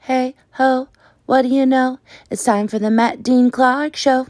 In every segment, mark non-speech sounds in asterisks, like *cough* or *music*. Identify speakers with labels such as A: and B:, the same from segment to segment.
A: Hey ho, what do you know? It's time for the Matt Dean Clark Show.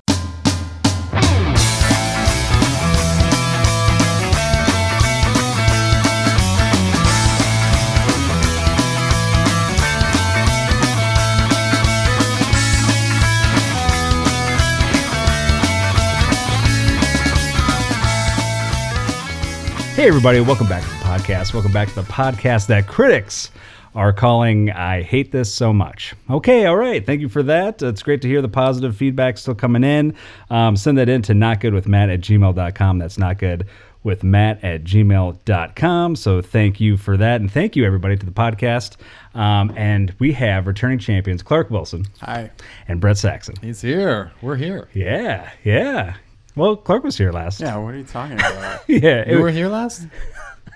B: Hey, everybody, welcome back to the podcast. Welcome back to the podcast that critics are calling I Hate This So Much. Okay, all right. Thank you for that. It's great to hear the positive feedback still coming in. Um, send that in to notgoodwithmatt at gmail.com. That's not good with matt at gmail.com so thank you for that and thank you everybody to the podcast um, and we have returning champions clark wilson
C: Hi.
B: and brett saxon
C: He's here. We're here.
B: yeah yeah well clark was here last
C: Yeah, what are you talking about?
B: *laughs* yeah it
C: you were
B: was- *laughs*
C: here last?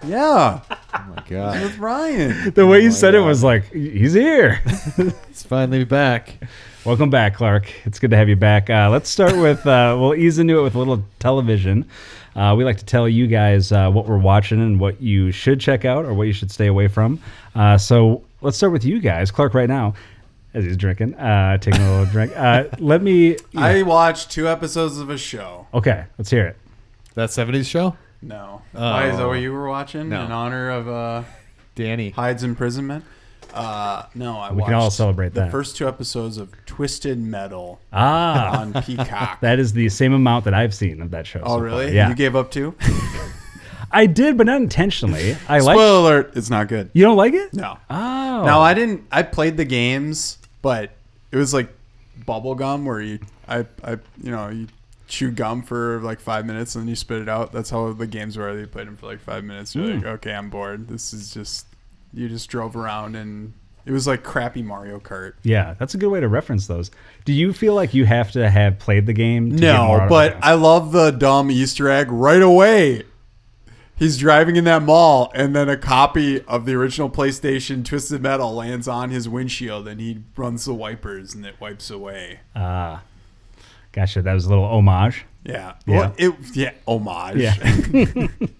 C: Yeah.
D: my god.
C: With Ryan.
B: the way you said it was like he's here *laughs*
D: It's finally back.
B: Welcome back, Clark. It's good to have you back. Uh, let's start with, uh, *laughs* we'll ease into it with a little television. Uh, we like to tell you guys uh, what we're watching and what you should check out or what you should stay away from. Uh, so let's start with you guys. Clark, right now, as he's drinking, uh, taking a little drink,
C: *laughs*
B: uh, let me.
C: I watched two episodes of a show.
B: okay, let's hear it.
D: That 70s show?
C: No. Why is that what you were watching?
D: No.
C: In honor of uh,
D: Danny.
C: Hyde's imprisonment? Uh, no, I
B: We can all celebrate
C: the
B: that.
C: first two episodes of Twisted Metal
B: Ah,
C: on
B: *laughs*
C: Peacock.
B: that is the same amount that I've seen of that show. so
C: oh,
B: far.
C: really?
B: Yeah.
C: You gave up too?
B: I did, but not intentionally. I
C: Spoiler
B: like
C: alert. It's not good.
B: You don't like it?
C: No.
B: Oh.
C: No, I didn't. I played the games, but it was like bubble gum where you, I, I, you know, you chew gum for like five minutes and then you spit it out. That's how the games were. They played them for like five minutes. You're like, okay, I'm bored. This is just, you just drove around and it was like crappy Mario Kart.
B: Yeah, that's a good way to reference those. Do you feel like you have to have played the game? To get more out
C: No,
B: of
C: but
B: it?
C: I love the dumb Easter egg right away. He's driving in that mall, and then a copy of the original PlayStation Twisted Metal lands on his windshield, and he runs the wipers, and it wipes away.
B: gotcha. That was a little homage.
C: Yeah.
B: Yeah.
C: Well, it, yeah. Homage.
B: Yeah. *laughs*
C: it's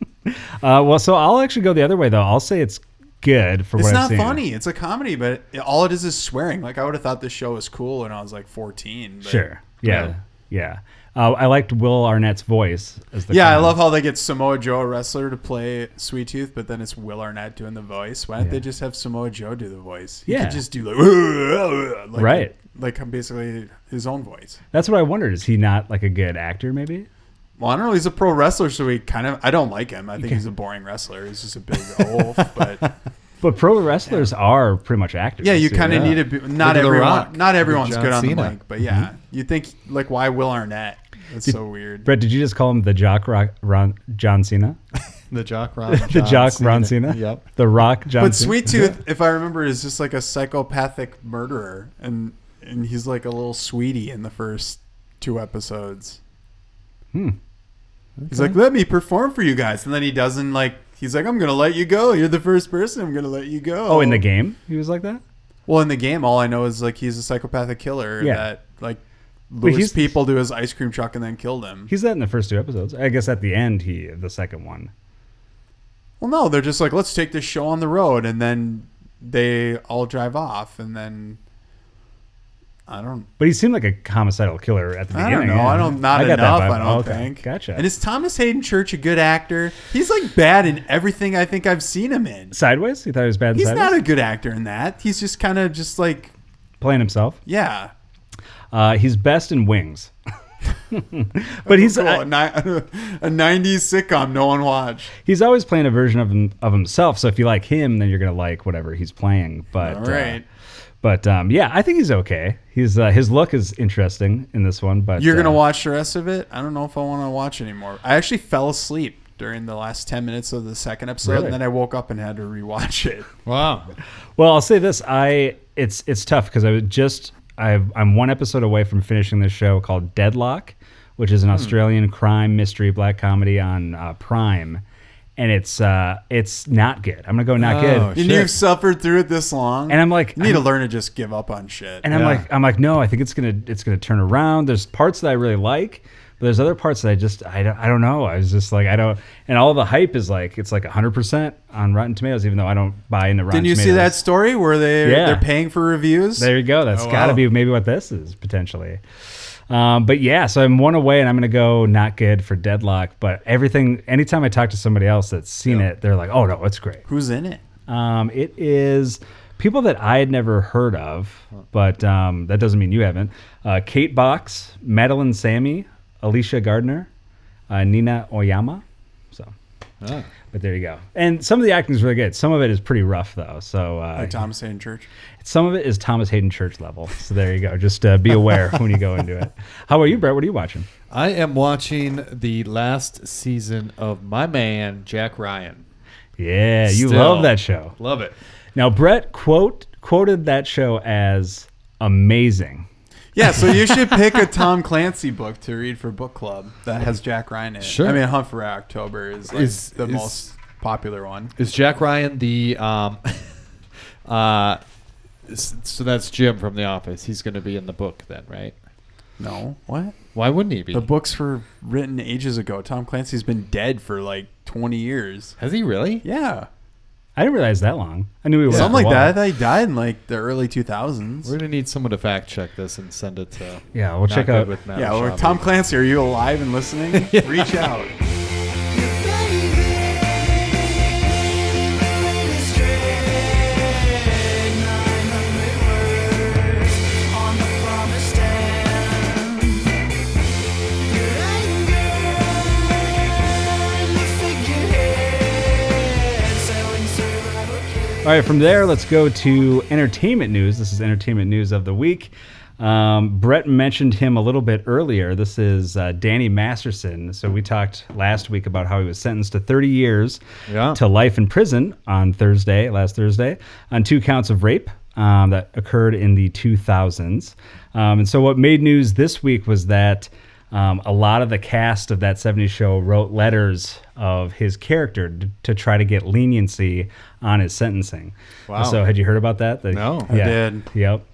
B: Uh, well, so I'll actually go the other way though. I'll say it's good for what I've
C: not
B: seen.
C: funny. It's a comedy, but it, all it is is swearing. Like I would have thought this show was cool when I was like 14. But
B: Sure. Yeah. Yeah. Uh, I liked Will Arnett's voice as the.
C: Yeah, I
B: clown.
C: love how they get Samoa Joe a wrestler to play Sweet Tooth, but then it's Will Arnett doing the voice. Why don't
B: Yeah.
C: they just have Samoa Joe do the voice? He
B: Yeah.
C: could just do like, *laughs* like
B: Right.
C: like basically his own voice.
B: That's what I wondered. Is he not like a good actor? Maybe.
C: Well, I don't know. He's a pro wrestler, so he kind of. I don't like him. I think he's a boring wrestler. He's just a big
D: *laughs*
C: oaf. But
B: But pro wrestlers are pretty much actors.
C: Yeah, you
B: too.
C: kind of
D: Yeah.
C: need to be. Not
D: Look at The
C: everyone.
D: Rock.
C: Not
D: Look at
C: everyone's
D: John
C: good on
D: Cena. Mm-hmm.
C: the mic, but yeah, you think like why Will Arnett? That's so weird.
B: Brett, did you just call him the Jock Rock Ron, John Cena?
C: *laughs*
D: The
B: *laughs*
D: Jock Ron.
B: The Jock Ron Cena.
D: Yep.
B: The Rock John.
C: but
B: Cena?
C: Sweet Tooth, if I remember, is just like a psychopathic murderer, and and he's like a little sweetie in the first two episodes. Hmm. He's like, let me perform for you guys, and then he doesn't like. He's like, I'm gonna let you go. You're the first person. I'm gonna let you go.
B: Oh, in the game, he was like that.
C: Well, in the game, all I know is like he's a psychopathic killer
B: Yeah.
C: that like lures
B: he's-
C: people to his ice cream truck and then kill them.
B: He's that in the first two episodes. I guess at the end, he the second one.
C: Well, no, they're just like, let's take this show on the road, and then they all drive off, and then I don't,
B: But he seemed like a homicidal killer at the
C: I
B: beginning.
C: don't know,
B: yeah.
C: I don't, not
B: got that
C: enough,
B: vibe.
C: I don't
B: Okay,
C: think.
B: Gotcha.
C: And is Thomas Hayden Church a good actor? He's like bad in everything I think I've seen him in.
B: sideways? He thought he was bad in
C: He's
B: sideways?
C: not a good actor in that. He's just kind of just like,
B: Playing himself.
C: yeah.
B: Uh, he's best in wings. *laughs* but he's
C: Cool.
B: uh,
C: a, ni- *laughs* a 90s sitcom no one watched.
B: he's always playing a version of him, of himself. So if you like him, then you're gonna like whatever he's playing. But
C: All
B: uh,
C: right.
B: but um, yeah, I think he's okay. He's uh, his look is interesting in this one. But
C: You're gonna
B: uh,
C: watch the rest of it. I don't know if I want to watch anymore. I actually fell asleep during the last ten minutes of the second episode,
B: Really?
C: and then I woke up and had to rewatch
B: *laughs*
C: it.
D: Wow.
B: Well, I'll say this: I it's it's tough because I was just I've, I'm one episode away from finishing this show called Deadlock, which
C: Hmm.
B: is an Australian crime mystery black comedy on uh, Prime, and it's uh it's not good. I'm gonna go not
D: Oh,
B: good,
C: And
D: Shit.
C: you've suffered through it this long,
B: and I'm like
C: you need to
B: I'm-
C: learn to just give up on shit.
B: and I'm
D: Yeah.
B: like I'm like no, I think it's gonna it's gonna turn around. There's parts that I really like, But there's other parts that I just I don't, I don't know. I was just like I don't. And all the hype is like it's like 100 percent on Rotten Tomatoes, even though I don't buy into Rotten.
C: Didn't you see that
B: Tomatoes.
C: story where they
B: Yeah.
C: they're paying for reviews?
B: There you go. That's
C: Oh,
B: got to
C: wow.
B: be maybe what this is potentially. Um, but yeah, so I'm one away, and I'm gonna go not good for Deadlock. But everything, anytime I talk to somebody else that's seen it, they're like, "Oh no, it's great."
C: Who's in it?
B: Um, it is people that I had never heard of, but um, that doesn't mean you haven't. Uh, Kate Box, Madeline Sammy, Alicia Gardner, uh, Nina Oyama. So,
D: Ah.
B: but there you go. And some of the acting is really good. Some of it is pretty rough though. So uh,
C: Like Thomas Hayden
D: *laughs*
C: Church.
B: some of it is Thomas Hayden Church level. So there you go. Just uh, be aware when you go into it. How about you, Brett? What are you watching?
D: I am watching the last season of my man Jack Ryan.
B: Yeah, you
D: Still.
B: love that show.
D: Love it.
B: Now Brett quote quoted that show as amazing.
C: Yeah, so you should pick a Tom Clancy book to read for book club that has Jack Ryan in it.
D: Sure.
C: I mean, Hunt for Red October is, like
D: Is-
C: the
D: is-
C: most popular one.
D: Is Jack Ryan the um *laughs* uh s- so that's Jim from the office. He's going to be in the book then, right?
C: No, what?
D: Why wouldn't he be?
C: The books were written ages ago. Tom Clancy's been dead for like 20 years.
D: Has he really?
C: Yeah,
B: I didn't realize that long. I knew he was
C: something like that. I thought he died in like the early 2000s.
D: We're going to need someone to fact check this and send it to
B: Yeah, we'll
D: Not
B: check
D: Good
B: out-
D: with Matt
C: yeah, or
D: Schaub.
C: Tom Clancy, are you alive and listening?
D: *laughs*
C: Reach out.
B: All right, from there, let's go to entertainment news. This is entertainment news of the week. Um, Brett mentioned him a little bit earlier. This is uh, Danny Masterson. So we talked last week about how he was sentenced to 30 years
D: Yeah.
B: to life in prison on Thursday, last Thursday, on two counts of rape um, that occurred in the 2000s. Um, and so what made news this week was that um, a lot of the cast of that 70s show wrote letters of his character d- to try to get leniency on his sentencing.
D: Wow.
B: So had you heard about that? The-
D: No.
C: I did.
B: Yep.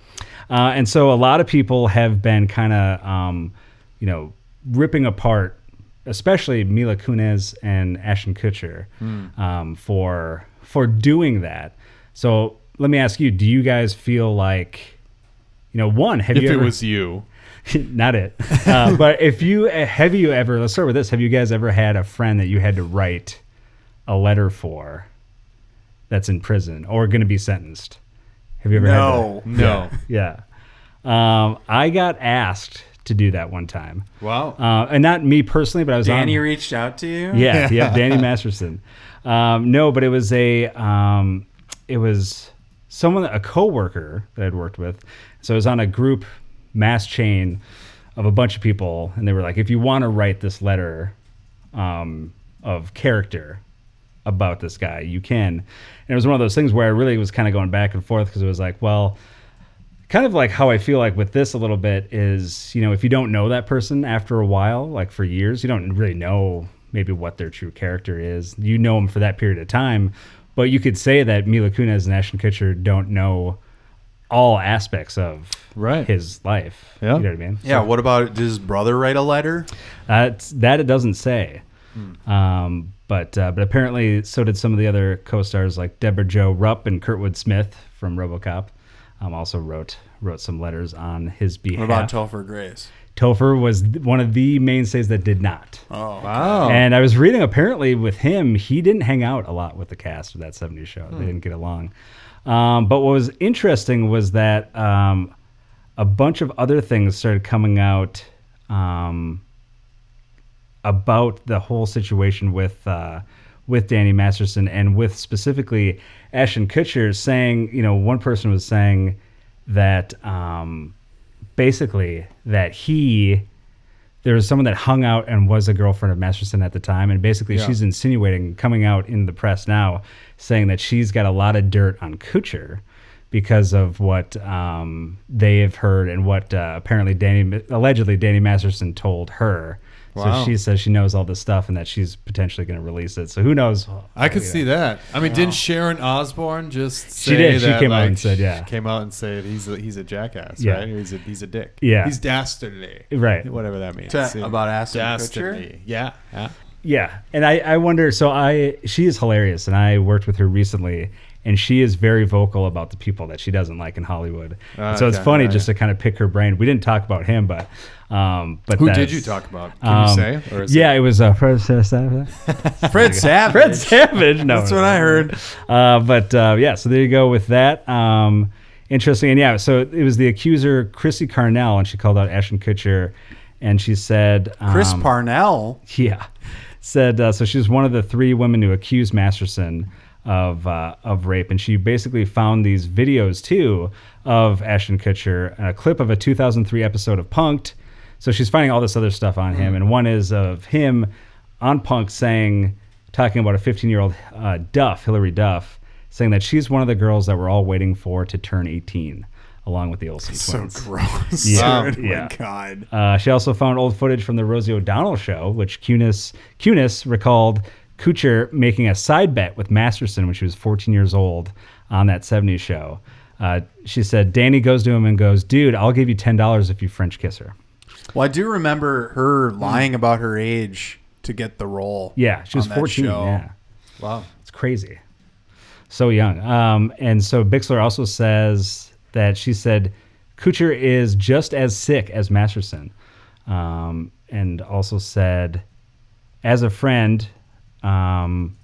B: Uh, and so a lot of people have been kind of, um, you know, ripping apart, especially Mila Kunis and Ashton Kutcher
D: Hmm.
B: um, for for doing that. So let me ask you: Do you guys feel like, you know, one, have
D: If
B: you
D: it
B: ever,
D: was you.
B: *laughs* not it?
D: *laughs*
B: Uh, but if you have you ever? Let's start with this: Have you guys ever had a friend that you had to write a letter for that's in prison or going to be sentenced? Have you ever had that?
C: No.
D: No.
B: Yeah. Um, I got asked to do that one time.
D: Wow.
B: Uh, and not me personally, but I was
C: Danny
B: on.
C: reached out to you?
B: *laughs* yeah, yeah, Danny Masterson. Um, no, but it was a, um, it was someone, a coworker that I'd worked with. So I was on a group mass chain of a bunch of people, and they were like, if you want to write this letter um, of character about this guy, you can. And it was one of those things where I really was kind of going back and forth because it was like, well, kind of like how I feel like with this a little bit is, you know, if you don't know that person after a while, like for years, you don't really know maybe what their true character is. You know them for that period of time, but you could say that Mila Kunis and Ashton Kutcher don't know all aspects of
D: Right.
B: his life.
D: Yeah.
B: You know what I mean?
C: Yeah, what about does his brother write a letter?
B: That's, that it doesn't say.
C: Hmm.
B: Um, but uh, but apparently, so did some of the other co-stars like Deborah Joe Rupp and Kurtwood Smith from RoboCop. Um, also wrote wrote some letters on his behalf.
C: What about Telfer Grace?
B: Topher was th- one of the mainstays that did not.
C: Oh.
D: wow.
B: And I was reading apparently with him, he didn't hang out a lot with the cast of that 70s show.
C: Hmm.
B: They didn't get along. Um, but what was interesting was that um, a bunch of other things started coming out um, about the whole situation with uh, with Danny Masterson and with specifically Ashton Kutcher saying, you know, one person was saying that um, basically that he there was someone that hung out and was a girlfriend of Masterson at the time, and basically she's insinuating, coming out in the press now, saying that she's got a lot of dirt on Kutcher because of what um, they have heard and what uh, apparently Danny, allegedly Danny Masterson told her. So
D: Wow.
B: she says she knows all this stuff and that she's potentially going to release it. So who knows?
D: I could see that. I mean, didn't Sharon Osbourne just? Say
B: She did. She
D: that,
B: came out
D: like,
B: and said, yeah.
D: she Came out and said he's a, he's a jackass,
B: Yeah.
D: right? Or he's a he's a dick.
B: Yeah.
D: He's dastardly,
B: Right.
D: Whatever that means.
C: Ta- about Ashton Kutcher?
D: dastardly. Yeah. yeah.
B: Yeah, and I, I wonder. So I she is hilarious, and I worked with her recently, and she is very vocal about the people that she doesn't like in Hollywood.
D: Ah,
B: so it's
D: okay,
B: funny
D: yeah,
B: just to kind of pick her brain. We didn't talk about him, but um, but
D: Who did
B: that's-
D: you talk about? Can
B: Um,
D: you say? Or is
B: yeah, it, was uh, Fred
D: *laughs*
B: Savage. *laughs*
C: *laughs* Fred Savage.
B: Fred Savage. No,
C: That's
B: no,
C: what
B: no.
C: I heard.
B: Uh, but uh, yeah, so there you go with that. Um, interesting. And yeah, so it was the accuser Chrissy Carnell, and she called out Ashton Kutcher, and she said um,
C: Chris Parnell.
B: *laughs* yeah, said uh, so. She was one of the three women who accused Masterson of uh, of rape, and she basically found these videos too of Ashton Kutcher, a clip of a 2003 episode of Punked. So she's finding all this other stuff on him, and one is of him on Punk saying, talking about a 15 year old uh, Duff, Hillary Duff, saying that she's one of the girls that we're all waiting for to turn 18, along with the Olsen
C: So
B: twins.
E: *laughs*
C: gross.
B: Yeah.
C: dude.
B: Yeah.
C: Oh, My God.
B: Uh, she also found old footage from the Rosie O'Donnell show, which Cunis, Cunis recalled Kuchar making a side bet with Masterson when she was 14 years old on that 70s show. Uh, she said, Danny goes to him and goes, Dude, I'll give you $10 if you French kiss her.
C: Well, I do remember her lying about her age to get the role.
B: Yeah, she was
C: on that
B: 14.
C: show.
B: Yeah.
D: Wow.
B: It's crazy. So young. Um, and so Bixler also says that she said Kuchar is just as sick as Masterson. Um, and also said, as a friend, um,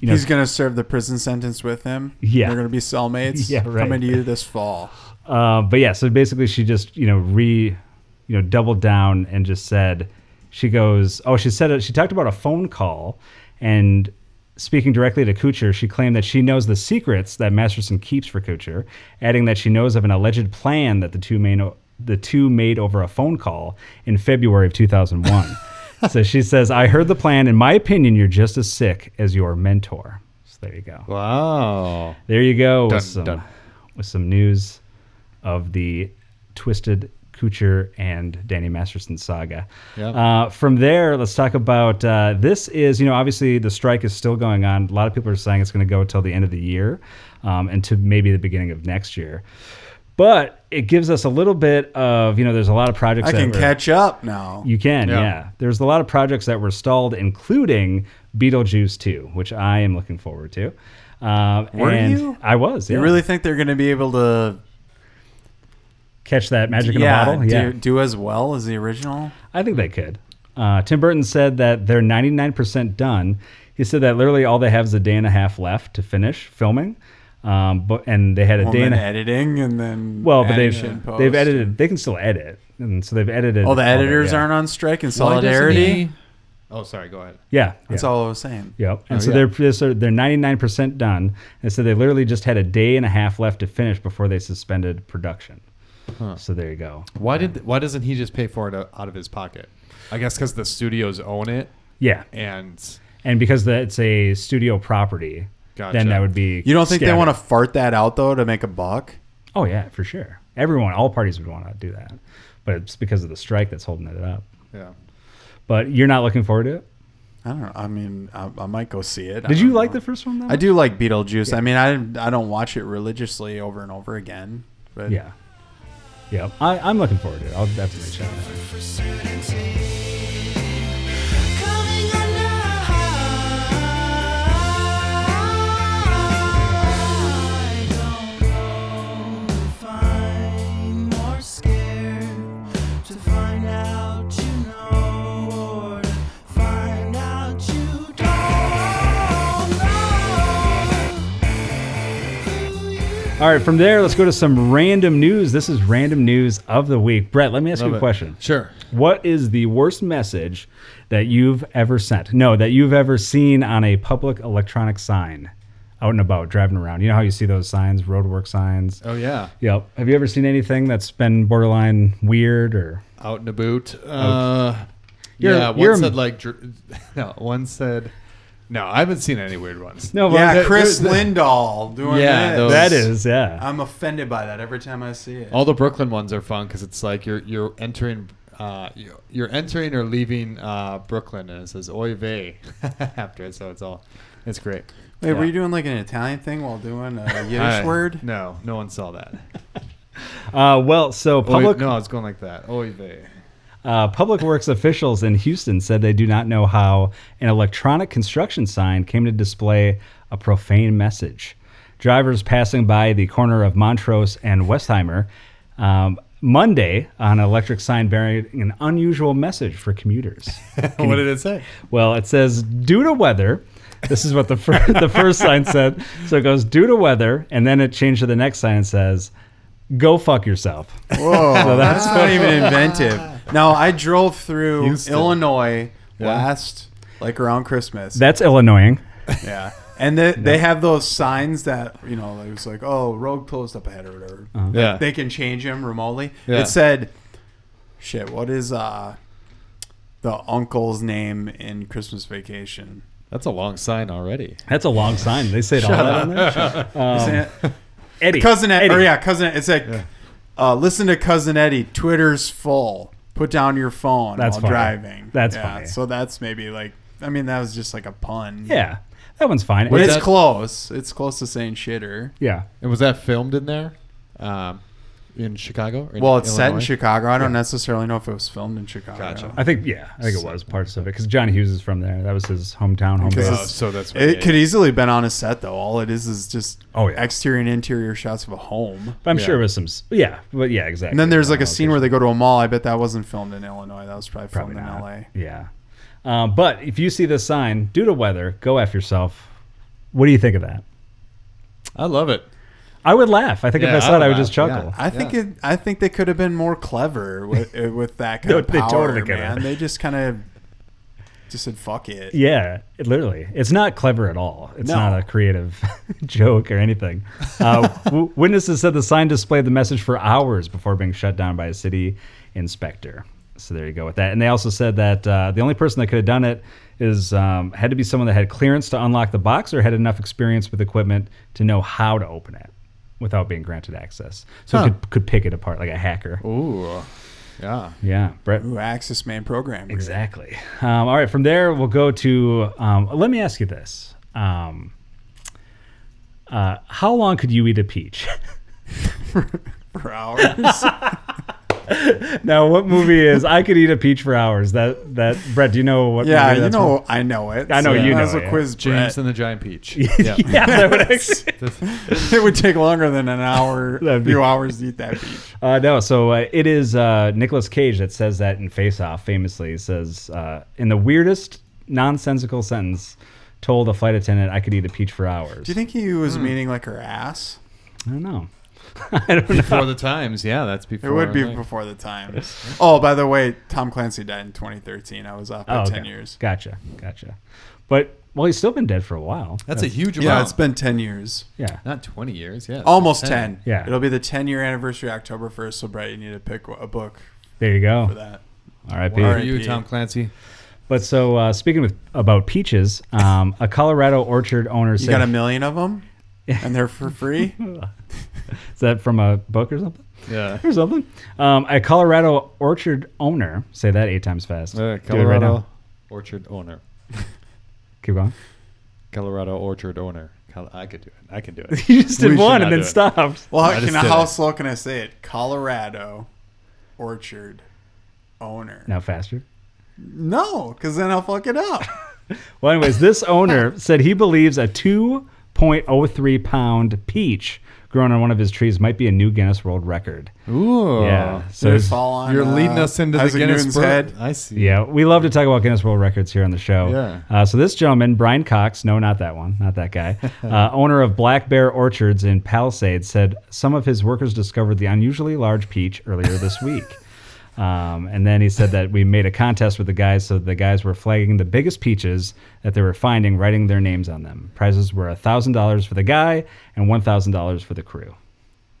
B: you know,
C: He's gonna serve the prison sentence with him.
B: Yeah.
C: they're gonna be cellmates.
B: *laughs* Yeah, right.
C: Coming to you this fall.
B: Uh, but yeah, so basically she just, you know, re, you know, doubled down and just said, she goes, oh, she said, she talked about a phone call and speaking directly to Kuchar, she claimed that she knows the secrets that Masterson keeps for Kuchar, adding that she knows of an alleged plan that the two main, the two made over a phone call in February of 2001. so she says, I heard the plan. In my opinion, you're just as sick as your mentor. So there you go
D: Wow.
B: there you go
D: Dun,
B: with some
D: dun.
B: with some news of the twisted Kuchar and Danny Masterson saga.
D: Yep.
B: Uh, from there, let's talk about uh, this. Is you know obviously the strike is still going on. A lot of people are saying it's going to go till the end of the year, um, and to maybe the beginning of next year. But it gives us a little bit of you know there's a lot of projects
C: I
B: that
C: can
B: were-
C: catch up now.
B: you can, yeah.
D: Yeah.
B: There's a lot of projects that were stalled, including Beetlejuice 2, which I am looking forward to. Um,
C: Were
B: and
C: you?
B: I was.
C: You
B: yeah.
C: really think they're gonna be able to
B: catch that magic in
C: yeah,
B: a bottle?
C: do,
B: Yeah,
C: do as well as the original?
B: I think they could. Uh, Tim Burton said that they're 99% done. He said that literally all they have is a day and a half left to finish filming, um, but and they had a
C: Well,
B: day
C: then
B: and a half.
C: editing and then
B: Well, but
C: adding
B: they've
C: in post.
B: they've edited. They can still edit, and so they've edited.
C: All Oh, the
B: all that,
C: editors
B: yeah.
C: aren't on strike in
D: Why doesn't
C: solidarity.
D: he- Oh, sorry. Go ahead.
B: Yeah,
C: That's
B: yeah.
C: all I was saying.
B: Yep. And
D: Oh,
B: so
D: yeah.
B: they're they're sort of- they're 99% done. And so they literally just had a day and a half left to finish before they suspended production. So there you go.
D: Why did? Why doesn't he just pay for it o- out of his pocket? I guess because the studios own it,
B: Yeah.
D: and
B: And because the, it's a studio property, then
D: Gotcha.
B: that would be
C: You don't think they
B: scattered.
C: want to fart that out though to make a buck?
B: Oh yeah, for sure. Everyone, all parties would want to do that. But it's because of the strike that's holding it up.
D: yeah.
B: But you're not looking forward to it?
C: I don't know. I mean, I, I might go see it. I
B: Did you
C: don't
B: like
C: know.
B: the first one though?
C: I do like Beetlejuice. I mean, I I don't watch it religiously over and over again, but
B: Yeah. Yeah. I, I'm looking forward to it. I'll definitely check it out.
E: for certainty. Coming alive. Don't know if I'm more scared to find out you know or to find out you don't know who you
B: All right, from there, let's go to some random news. This is random news of the week. Brett, let me ask you a question.
D: Sure.
B: What is the worst message that you've ever sent? No, that you've ever seen on a public electronic sign out and about driving around. You know how you see those signs, roadwork signs?
D: Oh yeah.
B: Yep. Have you ever seen anything that's been borderline weird or
D: out and about. Uh,
B: You're-
D: yeah, one
B: you're-
D: *laughs* said like, dr- no, one said No, I haven't seen any weird ones.
B: No, but
C: yeah,
B: that-
C: Chris
B: that-
C: Lindahl doing
D: Yeah,
C: this.
D: those-
B: that is yeah.
C: I'm offended by that every time I see it.
D: All the Brooklyn ones are fun because it's like you're you're entering. Uh, you- you're entering or leaving uh, Brooklyn, and it says "Oy vey" *laughs* after it, so it's all, it's great.
C: Wait, were
D: yeah.
C: you doing like an Italian thing while doing *laughs* a Yiddish
D: I-
C: word?
D: No, no one saw that.
B: Uh, well, so
D: Oy-
B: public
D: no, it's going like that. Oy vey.
C: *laughs*
B: uh, public works officials in Houston said they do not know how an electronic construction sign came to display a profane message. Drivers passing by the corner of Montrose and Westheimer um, Monday on an electric sign bearing an unusual message for commuters.
D: what did it say?
B: Well, it says due to weather. This is what the fir- *laughs* the first sign said. So it goes due to weather, and then it changed to the next sign and says, "Go fuck yourself."
C: Whoa, that's not even inventive. *laughs* Now I drove through
D: Houston.
C: Illinois last, like around Christmas.
B: That's Illinois.
C: yeah, and they, they have those signs that you know it was like oh road closed up ahead or whatever.
B: Uh-huh.
D: Yeah.
C: They can change them remotely.
D: Yeah.
C: It said, "Shit, what is uh the uncle's name in Christmas Vacation?"
D: That's a long sign already.
B: That's a long sign. They said all that on there.
C: Isn't
B: *laughs*
C: it?
B: Eddie,
C: cousin Eddie,
B: Oh. Eddie.
C: or yeah, cousin. It's like uh, listen to cousin Eddie. Twitter's full. Put down your phone
B: That's
C: while
B: funny.
C: driving.
B: That's
C: yeah,
B: funny.
C: So that's maybe like I mean that was just like a pun.
B: yeah, that one's fine.
C: but
B: It's-
C: it's
D: that-
C: close. It's close to saying shitter.
B: yeah,
D: And was that filmed in there, um, in Chicago? Or in
C: Well, it's set in
D: Illinois?
C: Chicago. I don't necessarily know if it was filmed in Chicago.
D: Gotcha.
B: I think yeah, I think it was parts of it because John Hughes is from there. That was his hometown, home
C: Because
B: base.
D: Oh,
C: it's-
D: so that's what
C: It could easily have been on a set though. All it is is just
B: Oh, yeah.
C: exterior and interior shots of a home.
B: But I'm
D: yeah.
B: sure it was some. s- Yeah, but yeah, exactly.
C: And then there's like a scene where they go to a mall. I bet that wasn't filmed in Illinois. That was probably filmed
B: Probably not.
C: in LA.
B: Yeah. Um, but if you see this sign, due to weather, go F yourself. What do you think of that?
D: I love it.
B: I would laugh. I think
D: Yeah,
B: if I saw
D: I
B: it, I would
D: would
B: just
D: laugh,
B: chuckle.
C: I think it. I think they could have been more
B: *laughs*
C: clever with, uh, with that kind
B: No,
C: of
B: they
C: power,
B: totally could have.
C: man. They just kind of just said fuck it.
B: Yeah, it literally. It's not clever at all. It's
C: No.
B: not a creative *laughs* joke or anything.
D: *laughs*
B: Uh, w- witnesses said the sign displayed the message for hours before being shut down by a city inspector. So there you go with that. And they also said that uh, the only person that could have done it is um, had to be someone that had clearance to unlock the box or had enough experience with equipment to know how to open it without being granted access. So
D: Huh.
B: it could, could pick it apart like a hacker.
D: Ooh, yeah.
B: Yeah, Brett.
C: Ooh, Axis Man program.
B: Exactly. Um, all right. From there, we'll go to. Um, let me ask you this: um, uh, How long could you eat a peach?
C: *laughs*
B: *laughs*
C: For hours. *laughs*
B: now, what movie is I could eat a peach for hours? That that Brett, do you know what?
C: yeah,
B: movie
C: you
B: that's
C: know I know it.
B: I know you
C: That's
B: know
C: a
B: it,
C: quiz,
D: James
C: Brett.
D: and the Giant Peach.
B: from?
D: *laughs*
C: *laughs*
B: *laughs*
D: yeah.
B: yeah, that would actually.
C: it would take longer than an hour, a
B: That'd be-
C: few hours to eat that
B: *laughs*
C: beef.
B: Uh, no, so uh, it is uh, Nicolas Cage that says that in Face Off. Famously, He says uh, in the weirdest nonsensical sentence, told a flight attendant, "I could eat a peach for hours."
C: Do you think he was meaning like her ass?
B: I don't know. *laughs* I don't know.
D: Before the times, yeah, that's
C: It
D: before.
C: would be
D: like-
C: before the time. Oh, by the way, Tom Clancy died in 2013. I was off by
B: Oh,
C: 10
B: okay.
C: years.
B: Gotcha, gotcha. But well, he's still been dead for a while.
D: That's a huge amount.
C: Yeah, it's been 10 years.
B: yeah.
D: not twenty years. Yeah, it's
C: Almost
D: been
C: 10.
B: Yeah.
C: It'll be the 10 year anniversary October 1st. So, Brett, you need to pick a book
B: There you go.
C: for that.
B: R.I.P.
D: Where are
C: RIP.
D: you, Tom Clancy?
B: But so uh, speaking with about peaches, um, a Colorado orchard owner
C: You got a
B: said
C: million of them, and they're for free.
B: is that from a book or something. *laughs*
C: *laughs*
D: Yeah.
B: Or something. Um, a Colorado orchard owner say that eight times fast. Do it
D: Uh,
B: right
D: Colorado
B: now.
D: orchard owner.
B: Keep *laughs* going.
D: Colorado orchard owner. Col- I could do it. I can do
C: *laughs*
D: it.
B: You just
D: We
B: did
D: should
B: one
D: not
B: and then
D: do it.
B: stopped.
C: Well, how,
D: I just
C: can, I-
D: did
C: how
D: it.
C: slow can I say it? Colorado orchard owner.
B: Now faster.
C: No, because then I'll fuck it up.
B: Well, anyways, this *laughs* owner said he believes a 2.03 pound peach grown on one of his trees might be a new Guinness World Record.
D: Ooh.
B: yeah.
C: Did
B: So
C: it
B: it's-
C: fall on,
D: You're
C: uh,
D: leading us into the
C: Isaac
D: Guinness
C: Newton's
D: Book.
C: head.
D: I see.
B: Yeah, we love to talk about Guinness World Records here on the show.
D: Yeah.
B: Uh, so this gentleman, Brian Cox, no, not that one, not that guy, uh, owner of Black Bear Orchards in Palisades, said some of his workers discovered the unusually large peach earlier this week. Um, and then he said that we made a contest with the guys, so the guys were flagging the biggest peaches that they were finding, writing their names on them. Prizes were thousand dollars for the guy and one thousand dollars for the crew.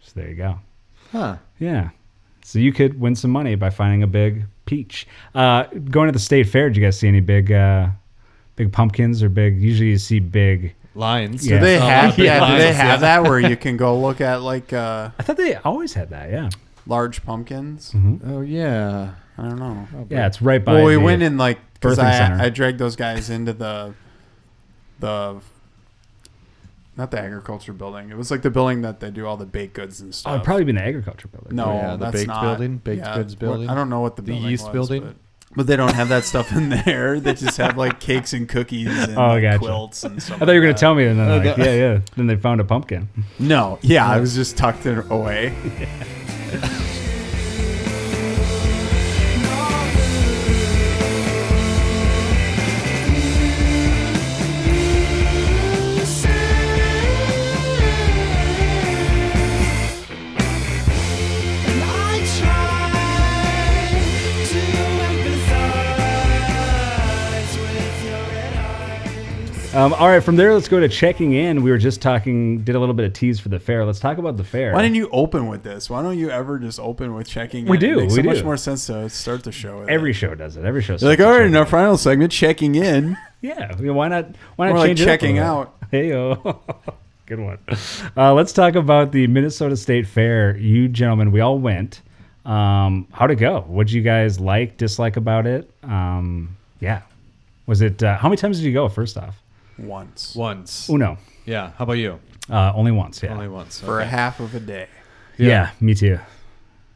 B: So there you go.
D: Huh.
B: Yeah. So you could win some money by finding a big peach. Uh, going to the state fair, did you guys see any big uh, big pumpkins or big. Usually you see big.
D: Lines.
B: Yeah.
C: Do *laughs* they
D: A lot of
C: have
D: big
C: yeah,
D: *laughs*
C: do they
D: lines,
C: have
D: yeah.
C: that where you can go look at like uh,
B: I thought they always had that. Yeah.
C: large pumpkins?
D: Oh yeah.
C: I don't know.
B: Yeah, it's right by.
C: Well, we
B: the-
C: went in like because
B: birthing center.
C: I, I dragged those guys into the the not the agriculture building. It was like the building that they do all the baked goods and
B: Oh,
C: stuff.
B: it'd probably be in the agriculture building.
C: no,
D: oh, yeah, the
C: that's
D: baked
C: not-
D: building, baked goods
C: what-
D: building.
C: I don't know what the,
D: The
C: building
D: yeast
C: was,
D: building.
C: But, but they don't have that stuff in *laughs* there. They just have like cakes and cookies and
B: Oh,
C: like,
B: gotcha.
C: quilts and stuff.
B: I thought you were gonna tell me, and then
C: *laughs*
D: Oh,
B: like,
D: no.
B: yeah, yeah. Then they found a pumpkin.
C: No, yeah, I was just tucked in away.
B: Um, all right, from there, let's go to checking in. We were just talking, did a little bit of tease for the fair. Let's talk about the fair.
C: Why didn't you open with this? Why don't you ever just open with checking?
B: We
C: in?
B: do,
C: It makes
B: we
C: so much
B: do.
C: more sense to start the show. With
B: Every
C: it.
B: show does it. Every show.
D: *laughs*
C: You're like,
B: starts
C: all
B: with
C: right, in
B: checking
C: our final segment, checking in.
B: Yeah, I mean, why not? Why not
C: More like
B: change it
C: checking out.
B: Hey yo, *laughs* good one. Uh, let's talk about the Minnesota State Fair. You gentlemen, we all went. Um, how'd it go? What'd you guys like, dislike about it? Um, yeah, was it? Uh, how many times did you go? First off,
C: once
D: Once.
B: uno,
D: Yeah. How about you?
B: uh, only once. Yeah,
D: Only once.
C: for a
D: okay.
C: half of a day.
B: yeah. me too.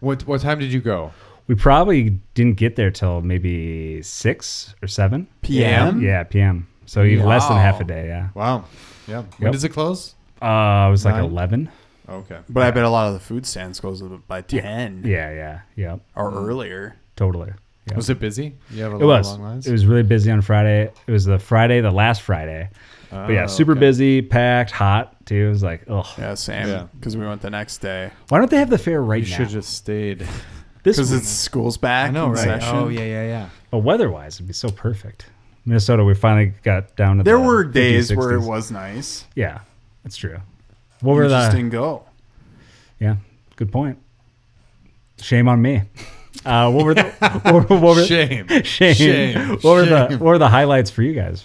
D: What what time did you go?
B: We probably didn't get there till maybe six or seven.
C: PM?
B: Yeah, PM. So you less than
C: Wow.
B: half a day. Yeah,
D: Wow. Yeah.
B: Yep.
D: When does it close?
B: uh, it was like
D: Nine?
B: eleven.
D: Okay.
C: But I bet a lot of the food stands close by ten
B: Yeah, yeah, yeah.
C: or earlier.
B: Totally. Yeah.
D: Was it busy? You have a
B: It
D: lot
B: was.
D: of long lines.
B: It was really busy on Friday. It was the Friday, the last Friday. but yeah,
D: Oh,
B: super
D: okay.
B: busy, packed, hot too. It was like, oh,
C: Yeah,
D: Yeah.
C: same. Because we went the next day.
B: why don't they have the fair right
D: You
B: now?
D: should have just stayed.
B: this
C: Because
B: week.
C: it's school's back.
D: I know,
C: in
D: right?
C: Session.
D: Oh yeah, yeah, yeah.
B: But weather-wise, it'd be so perfect. Minnesota, we finally got down to.
C: There
B: the
C: were
B: 50s,
C: days where it
B: 60s.
C: was nice.
B: Yeah, that's true. What
C: We
B: were
C: just
B: the?
C: didn't go.
B: Yeah, good point. Shame on me. Uh, what were
D: *laughs*
B: the? what were, what were,
C: *laughs*
B: *laughs*
D: Shame.
B: Shame.
D: Shame.
B: What were the?
D: Shame.
B: What were the highlights for you guys?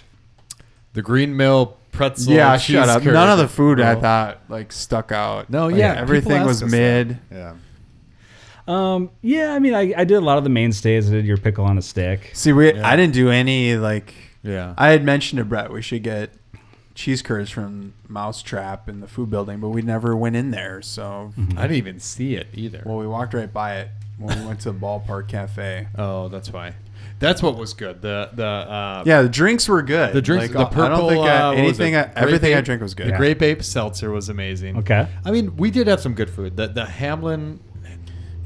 D: The Green Mill pretzel.
C: yeah,
D: cheese
C: shut up.
D: curd.
C: None of the food I
D: Well,
C: thought like stuck out.
D: No,
C: Like,
D: yeah, people
C: everything
D: ask
C: was
D: us that.
C: mid.
D: Yeah.
B: Um, yeah, I mean, I, I did a lot of the mainstays. I did your pickle on a stick.
C: See, we
D: Yeah.
C: I didn't do any like.
D: Yeah.
C: I had mentioned to Brett we should get cheese curds from Mousetrap in the food building, but we never went in there. So
D: I didn't even see it either.
C: well, we walked right by it when we went to the ballpark cafe.
D: oh, that's why. That's what was good. The the uh,
C: Yeah, the drinks were good.
D: The
C: Like,
D: drinks, the purple.
C: I don't think I,
D: uh, what was
C: anything,
D: it?
C: I,
D: Grape
C: everything I
D: Ape-
C: drank was good.
D: The grape ape seltzer was amazing.
B: Okay.
D: I mean, we did have some good food. The the Hamlin.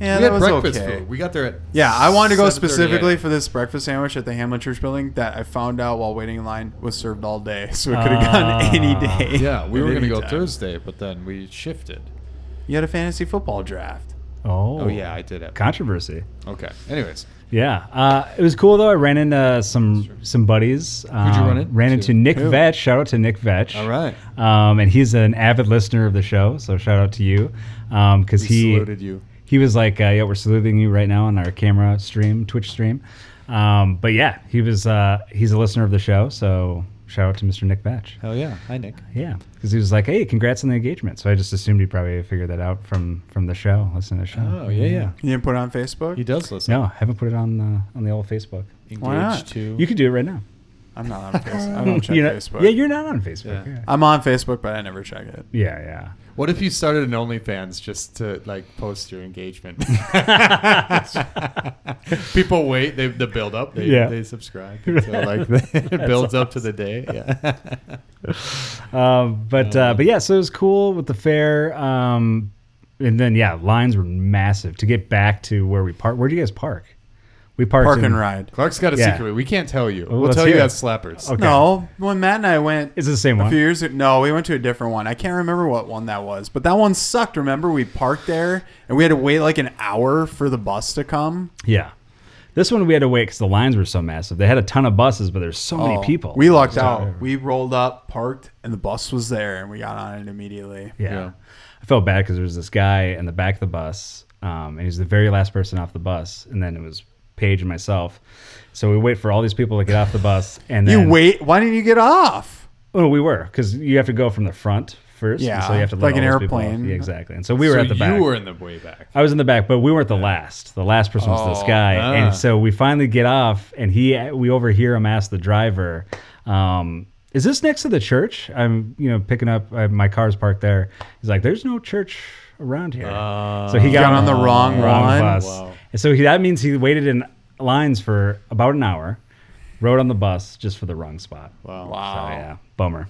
C: Yeah,
D: we had
C: that was
D: breakfast
C: okay.
D: food. We got there at.
C: yeah, I wanted to go
D: 7:38.
C: specifically for this breakfast sandwich at the Hamlin Church Building that I found out while waiting in line was served all day, *laughs* so it could have
B: Ah.
C: gone any *laughs* day.
D: Yeah, we
C: at
D: were gonna
C: any
D: go
C: time.
D: Thursday, but then we shifted.
C: You had a fantasy football draft.
B: Oh,
D: Oh yeah, I did have.
B: controversy.
D: Okay. Anyways,
B: Yeah, uh, it was cool though. I ran into some some buddies. Um,
D: Who'd you run into?
B: Ran into Nick
D: Who?
B: Vetch. Shout out to Nick Vetch.
D: all right.
B: Um, and he's an avid listener of the show, so shout out to you. Um, because
D: We
B: he
D: saluted you.
B: he was like, uh, yeah, we're saluting you right now on our camera stream, Twitch stream. Um, but yeah, he was uh, he's a listener of the show, so shout out to Mr. Nick Vetch.
D: Hell yeah. Hi Nick.
B: Yeah, because he was like, "Hey, congrats on the engagement." So I just assumed he probably figured that out from from the show, listening to the show.
D: Oh yeah, yeah.
C: You didn't put it on Facebook?
D: He does listen.
B: No, I haven't put it on the on the old Facebook.
C: Why not?
D: Engaged to.
B: You could do it right now.
C: I'm not
B: *laughs*
C: on Facebook. I don't check
B: You're not-
C: Facebook.
B: Yeah, you're not on Facebook.
D: Yeah.
B: Yeah,
C: I'm on Facebook, but I never check it.
B: yeah, yeah.
D: What if you started an OnlyFans just to like post your engagement? *laughs* People wait, they the build up, they,
B: Yeah.
D: they subscribe. So like *laughs* it builds up to the day. Yeah.
B: Um, but uh, but yeah, so it was cool with the fair. Um, and then yeah, lines were massive to get back to where we park. Where do you guys park? We parked
C: Park
B: in-
C: and ride.
D: Clark's got a
B: Yeah.
D: secret. We can't tell you. we'll
B: let's
D: tell you
B: hear it.
D: at Slappers.
B: Okay.
C: No, when Matt and I went
B: Is it the same
C: a
B: one?
C: few years ago, no, we went to a different one. I can't remember what one that was, but that one sucked. Remember, we parked there and we had to wait like an hour for the bus to come.
B: Yeah. This one we had to wait because the lines were so massive. They had a ton of buses, but there's so many people.
C: Oh, We lucked out. We rolled up, parked, and the bus was there, and we got on it immediately.
B: Yeah.
D: Yeah.
B: I felt bad because there was this guy in the back of the bus, um, and he was the very last person off the bus, and then it was Paige and myself. So we wait for all these people to get off the bus, and
C: You
B: then
C: wait. Why didn't you get off?
B: Oh, we were because you have to go from the front first. and
C: Yeah,
B: so you have to let
C: like
B: all
C: an
B: those people off.
C: airplane.
B: Yeah, exactly. And so we were at the back.
D: You were in the way back.
B: I was in the back, but we weren't the last. The last person was this
D: Oh,
B: guy,
D: ah.
B: and so we finally get off, and he we overhear him ask the driver, um, "Is this next to the church?" I'm you know picking up uh, my car's parked there. He's like, "There's no church around here," so he got,
C: Got on the wrong one?
B: bus,
D: Ah. Wow.
B: and so he, that means he waited in lines for about an hour, rode on the bus just for the wrong spot.
C: Wow.
B: So, Oh, yeah, bummer.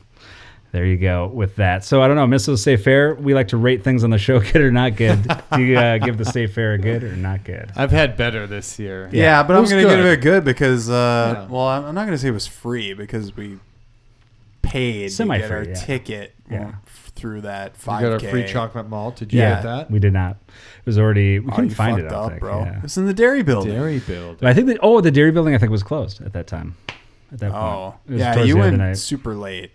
B: There you go with that. So I don't know, Mrs. Stay Fair. We like to rate things on the show, *laughs* good or not good. Do you uh, give the Stay Fair a good or not good?
D: I've had better this year.
C: Yeah, but
D: It
C: I'm
D: was
C: gonna
D: good.
C: give it a good because uh,
D: Yeah.
C: well, I'm I'm not gonna say it was free because we paid to get
B: Semi-free,
C: our
B: yeah.
C: ticket
B: Yeah.
C: um, f- through that
D: You
C: five
D: got a
C: k.
D: free chocolate malt. Did you
C: Yeah.
D: get that?
B: We did not. It was already. We
C: Oh,
B: couldn't
C: you
B: find
C: fucked
B: it. I don't
C: up,
B: think,
C: bro.
B: yeah.
C: It's in the dairy building.
D: Dairy build.
B: But I think that. Oh, the Dairy Building. I think was closed at that time. At that point.
C: Oh,
B: It was
C: yeah,
B: towards
C: you
B: the end of the
C: went
B: night. Mm-hmm.
C: super late.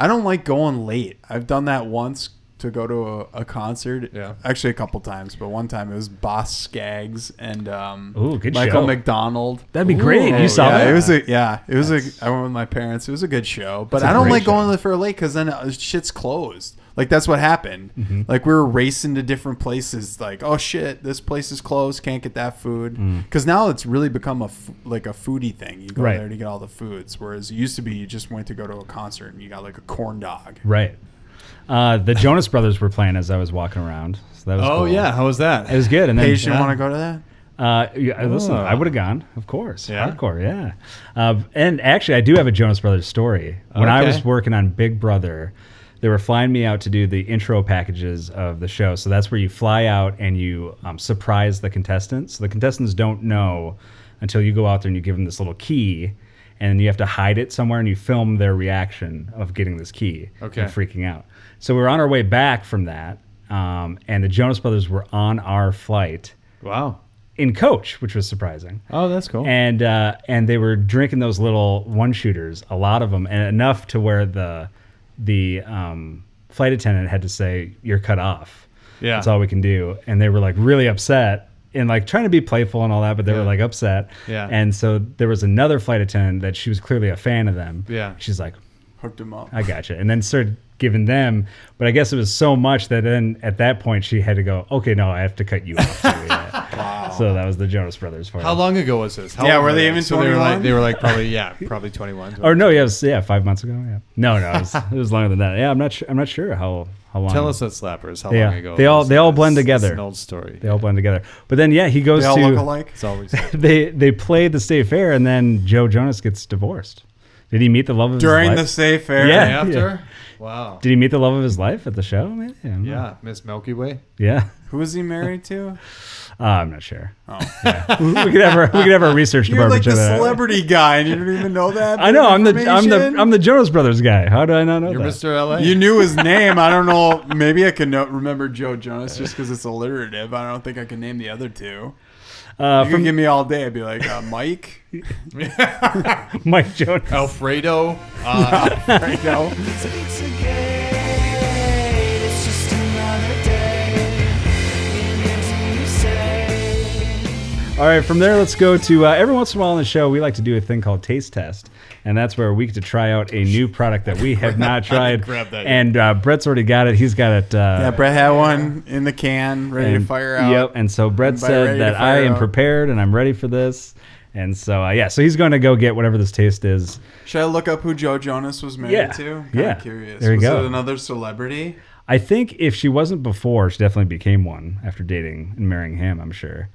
C: I don't like going late. I've done that once to go to a, a concert.
D: Yeah.
C: actually a couple times, but one time it was Boss Skaggs and um,
B: Ooh, good
C: Michael
B: show.
C: McDonald.
B: That'd be great.
D: Ooh,
B: you saw
C: yeah,
B: that?
C: it was a yeah, it was a. I went with my parents. It was a good show, but
B: It's a
C: I don't
B: great
C: like
B: show.
C: going for late because then uh, shit's closed. Like that's what happened.
B: Mm-hmm.
C: Like we were racing to different places. Like oh shit, this place is closed. Can't get that food because now it's really become a f- like a foodie thing. You go
B: Mm. Right.
C: there to get all the foods, whereas it used to be you just went to go to a concert and you got like a corn dog.
B: right. Uh, the Jonas Brothers were playing as I was walking around. So that was.
D: Oh
B: cool.
D: yeah, how was that?
B: It was good. And then
C: Paige, you
B: Yeah.
C: want to go to that?
B: Uh, yeah, listen,
D: Oh.
B: I would have gone, of course.
D: Yeah?
B: Hardcore, yeah. Uh, and actually, I do have a Jonas Brothers story. When I
D: Okay.
B: was working on Big Brother, they were flying me out to do the intro packages of the show. So that's where you fly out and you um, surprise the contestants. So the contestants don't know until you go out there and you give them this little key, and you have to hide it somewhere and you film their reaction of getting this key
D: Okay.
B: and freaking out. So we were on our way back from that, um, and the Jonas Brothers were on our flight
D: Wow.
B: in coach, which was surprising.
D: Oh, that's cool.
B: And uh, and they were drinking those little one shooters, a lot of them, and enough to where the the um, flight attendant had to say, "You're cut off."
D: Yeah.
B: that's all we can do. And they were like really upset and like trying to be playful and all that, but they were
D: Yeah.
B: like upset.
D: Yeah.
B: And so there was another flight attendant that she was clearly a fan of them.
D: Yeah.
B: She's like,
C: Hooked him up.
B: I gotcha. And then started giving them, but I guess it was so much that then at that point she had to go, okay, no, I have to cut you off.
C: *laughs*
B: wow. So that was the Jonas Brothers for
D: how
B: you.
D: long ago was this? How
C: Yeah,
D: old
C: were they even
D: so they were like
C: 21?
D: they were like probably yeah probably 21.
B: *laughs* Or no, yeah, it was, yeah, five months ago. Yeah, no, no, it was, it was longer than that. Yeah, I'm not sure. I'm not sure how how long.
D: Tell us that slappers. How
B: Yeah.
D: long ago?
B: They all-
D: was
B: they all
D: this?
B: blend
D: It's
B: together.
D: an old story.
B: They all blend together. But then yeah, he goes
C: They all
B: to
C: look alike.
B: *laughs*
D: It's always
B: they they play the state fair, and then Joe Jonas gets divorced. Did he meet the love of
C: During
B: his
C: the
B: life?
C: State Fair,
B: Yeah.
D: after. Wow.
B: Did he meet the love of his life at the show? Maybe? I don't know.
D: Yeah, Miss Milky Way.
B: yeah. *laughs*
C: who was he married to?
B: Uh, I'm not sure. Oh, we could have our, we could have our research
C: *laughs* You're like
B: department.
C: the
B: check that out.
C: celebrity guy, and you don't even know that.
B: I know. I'm the I'm the
C: information?
B: I'm the Jonas Brothers guy. How do I not know
D: You're
B: that?
D: Mr. LA.
C: You knew his name. I don't know. Maybe I can know, remember Joe Jonas just because it's alliterative. I don't think I can name the other two.
B: Uh,
C: You can give me all day. I'd be like, uh, Mike.
B: *laughs* Mike Jonas.
D: Alfredo. Uh,
C: Right now.
E: Pizzagate, it's just another day. It makes me say.
B: All right, from there, let's go to uh, every once in a while on the show, we like to do a thing called Taste Test. And that's where we get to try out a new product that
D: *laughs*
B: we have not tried.
D: grab that.
B: And uh, Brett's already got it. He's got it. Uh,
C: Yeah, Brett had one in the can, ready to
B: and-
C: fire out.
B: Yep. And so Brett
C: And by
B: said
C: ready to
B: that I
C: fire
B: am
C: out.
B: prepared and I'm ready for this. And so, uh, yeah, so he's going to go get whatever this taste is.
C: Should I look up who Joe Jonas was married
B: Yeah.
C: to? I'm
B: Yeah.
C: Curious.
B: There you
C: was
B: go.
C: it another celebrity?
B: I think if she wasn't before, she definitely became one after dating and marrying him, I'm sure.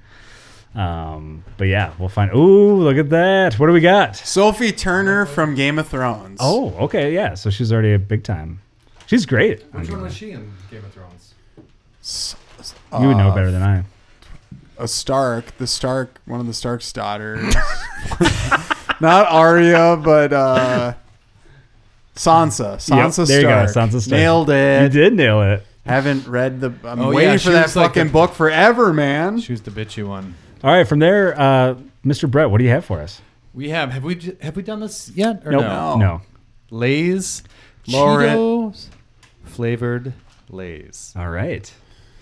B: Um, but yeah, we'll find. Ooh, look at that. What do we got?
C: Sophie Turner from Game of Thrones.
B: Oh, okay, yeah. So she's already a big time. She's great.
D: which one was she in Game of Thrones?
C: S-
B: You would know
C: uh,
B: better than I.
C: a Stark, the Stark, one of the
B: *laughs*
C: Stark's daughters. *laughs* Not Arya, but uh, Sansa. Sansa
B: there you go,
C: Stark.
B: Sansa Stark.
C: Nailed it.
B: You did nail it.
C: Haven't read the. I'm
D: Oh,
C: waiting
D: yeah,
C: for
D: she
C: that
D: was like
C: fucking
D: the-
C: book forever, man.
D: She was the bitchy one.
B: All right, from there, uh, Mr. Brett, what do you have for us?
D: We have have we j- have we done this yet or
B: Nope.
D: no?
C: No.
B: No.
D: Lay's
C: Lower it.
D: Cheetos flavored Lay's.
B: All right.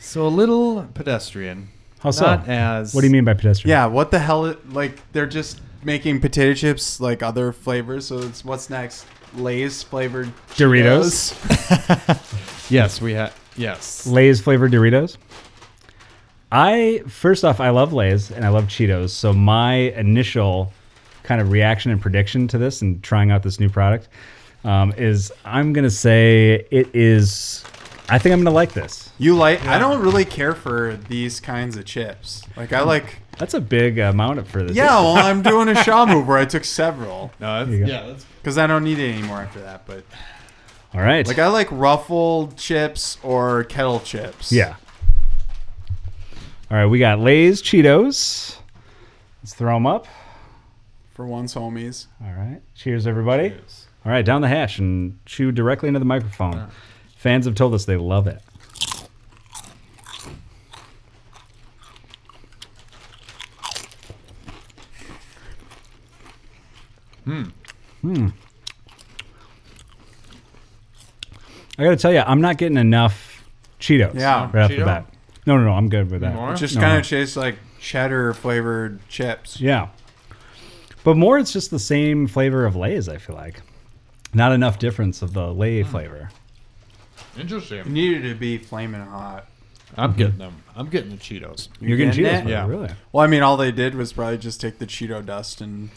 D: So a little pedestrian.
B: How so?
D: Not as.
B: What do you mean by pedestrian?
C: Yeah, what the hell? i- Like they're just making potato chips like other flavors. So it's what's next? Lay's flavored
B: Doritos?
C: Cheetos.
D: *laughs* Yes, we had. Yes.
B: Lay's flavored Doritos. I first off, I love Lay's and I love Cheetos. So my initial kind of reaction and prediction to this and trying out this new product um, is I'm gonna say it is. I think I'm gonna like this.
C: You like? I don't really care for these kinds of chips. Like I like.
B: *laughs* That's a big amount for this.
C: Yeah, well, I'm doing a Shaw move where I took several
D: No,
B: you
D: that's,
B: go.
D: yeah, that's
C: because I don't need it anymore after that. But
B: All right.
C: like I like ruffled chips or kettle chips.
B: yeah. All right. We got Lay's Cheetos. Let's throw them up.
C: For once, homies.
B: All right. Cheers, everybody. All right, down the hash and chew directly into the microphone. Fans have told us they love it. Hmm. Hmm. I got to tell you, I'm not getting enough Cheetos.
C: Yeah.
B: Right off the
D: Cheeto?
B: bat. No, no, no. I'm good with that.
D: More?
C: It just
B: No,
C: kind
B: no.
C: of tastes like cheddar flavored chips.
B: Yeah. But more, it's just the same flavor of Lay's, I feel like. Not enough difference of the Lay flavor. Mm-hmm.
D: interesting.
C: Needed to be flaming hot.
D: I'm getting them. I'm getting the Cheetos.
B: You're getting
C: getting
B: Cheetos,
C: it?
B: flavor,
D: Yeah.
B: really?
C: Well, I mean, all they did was probably just take the Cheeto dust and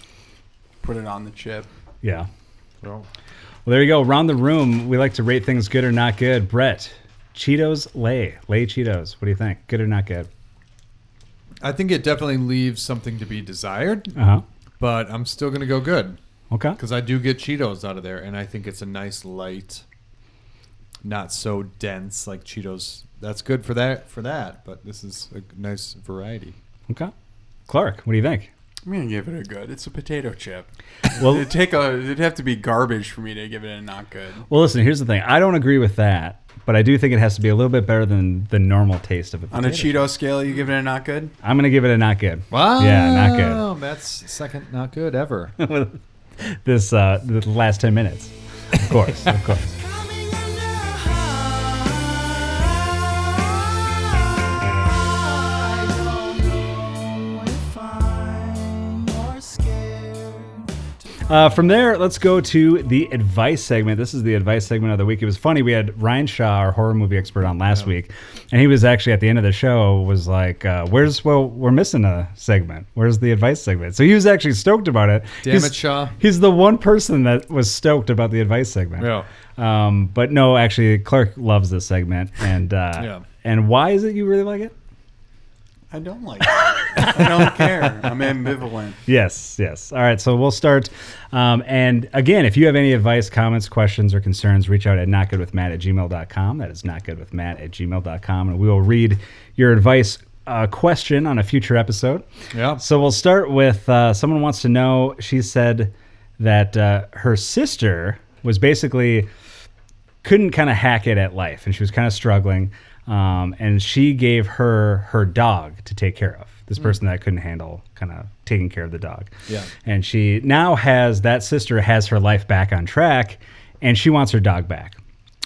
C: put it on the chip.
B: Yeah. Well,
D: Well,
B: there you go. Around the room, we like to rate things good or not good. Brett, Cheetos, Lay, Lay Cheetos. What do you think? Good or not good?
D: I think it definitely leaves something to be desired,
B: Uh huh.
D: but I'm still gonna go good
B: Okay.
D: because I do get Cheetos out of there, and I think it's a nice light, not so dense like Cheetos. That's good for that for that, but this is a nice variety.
B: Okay. Clark, what do you think?
C: I'm gonna give it a good. It's a potato chip.
B: Well,
C: It'd take a. It'd have to be garbage for me to give it a not good.
B: well, listen, here's the thing. I don't agree with that, but I do think it has to be a little bit better than the normal taste of a
C: On
B: potato.
C: a Cheeto scale, you give it a not good.
B: I'm going to give it a not good.
D: Wow.
B: Yeah, not good.
D: That's second not
B: *laughs*
D: good ever.
B: with this uh, the last 10 minutes. Of course, of course.
E: Coming under I don't know if I'm more scared.
B: Uh, from there, let's go to the advice segment. This is the advice segment of the week. It was funny. We had Ryan Shaw, our horror movie expert, on last week, and he was actually at the end of the show was like, uh, "Where's well, we're missing a segment. Where's the advice segment?" So he was actually stoked about it.
D: Damn
B: he's,
D: it, Shaw.
B: He's the one person that was stoked about the advice segment.
D: Yeah.
B: Um, but no, actually, Clark loves this segment, and uh,
D: Yeah.
B: and why is it you really like it?
C: I don't
D: *laughs*
C: like. it. I don't care.
B: *laughs*
C: I'm ambivalent.
B: Yes, yes. All right, so we'll start. Um, and again, if you have any advice, comments, questions, or concerns, reach out at notgoodwithmatt at gmail.com. That is notgoodwithmatt at gmail.com. And we will read your advice uh, question on a future episode.
D: Yeah.
B: So we'll start with uh, someone wants to know. She said that uh, her sister was basically couldn't kind of hack it at life, and she was kind of struggling. Um, and she gave her her dog to take care of. This person that couldn't handle kind of taking care of the dog.
D: Yeah.
B: And she now has that sister has her life back on track, and she wants her dog back.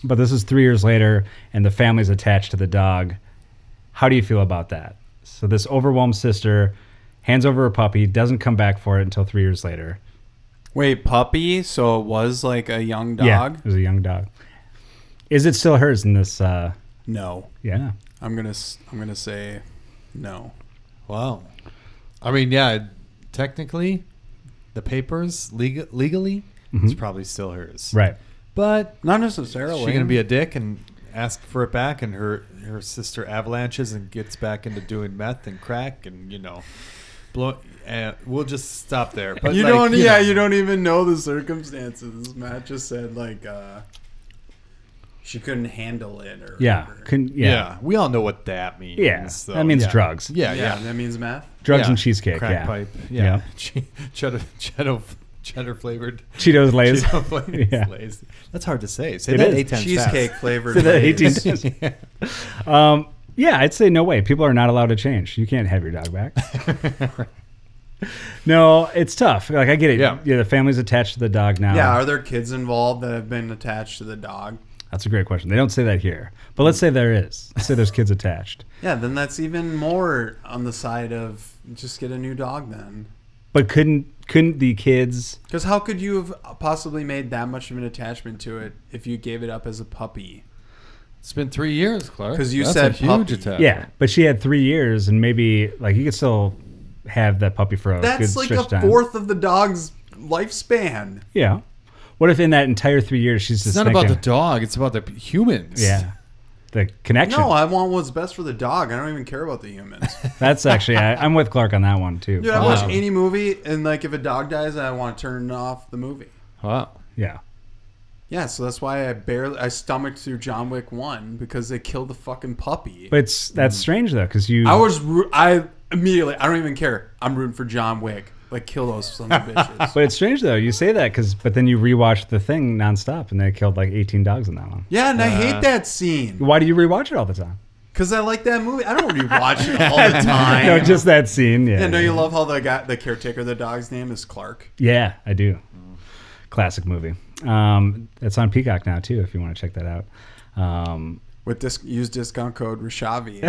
B: But this is three years later, and the family's attached to the dog. How do you feel about that? So this overwhelmed sister hands over her puppy, doesn't come back for it until three years later.
C: Wait, puppy? So it was like a young dog?
B: Yeah, it was a young dog. Is it still hers in this? Uh,
C: No.
B: yeah.
C: I'm gonna. s- I'm gonna say, no.
D: Wow. I mean, yeah, technically, the papers legal, legally, it's probably still hers.
B: Mm-hmm. Right.
D: But
C: Not
D: she's
C: necessarily.
D: going to be a dick and ask for it back, and her her sister avalanches and gets back into doing meth and crack, and you know, blow. Uh, we'll just stop there. But
C: you
D: like,
C: don't. yeah,
D: know,
C: you don't even know the circumstances. Matt just said like uh she couldn't handle it or
B: Yeah.
C: whatever.
B: Couldn't,
D: yeah.
B: yeah.
D: we all know what that means.
B: Yeah.
D: though.
B: that means
D: yeah.
B: drugs.
D: Yeah, yeah,
C: that means math.
B: Drugs
D: Yeah.
B: and cheesecake.
D: crack
B: yeah.
D: pipe,
B: Yeah.
D: *laughs* yeah, cheddar, cheddar, cheddar flavored.
B: Cheetos Lays.
D: Cheeto
B: *laughs*
D: Flays.
B: Yeah.
D: Lays. That's hard to say. Say
B: It
D: that
B: is.
D: eight times
C: Cheesecake
D: fast. *laughs*
C: flavored.
B: Say that
C: *laughs* Lay's.
B: 18 times.
D: Yeah.
B: Um, yeah, I'd say no way. People are not allowed to change. You can't have your dog back. no, it's tough. Like I get it.
D: Yeah.
B: the family's attached to the dog now.
C: Yeah, are there kids involved that have been attached to the dog?
B: That's a great question. They don't say that here, but let's say there is. Let's say there's kids attached.
C: Yeah, then that's even more on the side of just get a new dog then.
B: But couldn't couldn't the kids?
C: Because how could you have possibly made that much of an attachment to it if you gave it up as a puppy?
D: It's been three years, Clark.
C: 'Cause you
D: That's
C: said
D: a huge
C: puppy.
D: attack.
B: Yeah, but she had three years, and maybe like you could still have that puppy for a good
C: That's like
B: stretch
C: a
B: of time.
C: fourth of the dog's lifespan.
B: Yeah. What if in that entire three years she's just
D: It's not
B: thinking,
D: about the dog. It's about the p- humans.
B: yeah the connection?
C: No, I want what's best for the dog. I don't even care about the *laughs* humans.
B: That's actually I, I'm with Clark on that one too. Um,
C: Dude, I watch
D: Wow.
C: any movie and like if a dog dies, I want to turn off the movie.
D: Wow.
B: yeah.
C: Yeah, so that's why I barely I stomached through John Wick one because they killed the fucking puppy.
B: But it's that's strange though because you
C: I was ru- I immediately I don't even care. I'm rooting for John Wick. Like kill those
B: *laughs*
C: sons of bitches.
B: But it's strange though. You say that because, but then you rewatch the thing nonstop, and they killed like 18 dogs in that one.
C: Yeah, and I
B: uh,
C: hate that scene
B: Why do you rewatch it all the time?
C: because I like that movie. I don't rewatch it all
B: *laughs*
C: the time.
B: No, just that scene. Yeah,
C: yeah, don't you love how the guy, the caretaker, of the dog's name is Clark?
B: Yeah, I do. Classic movie. Um, it's on Peacock now too. If you want to check that out. Um,
C: With disc, use discount code Rashavi.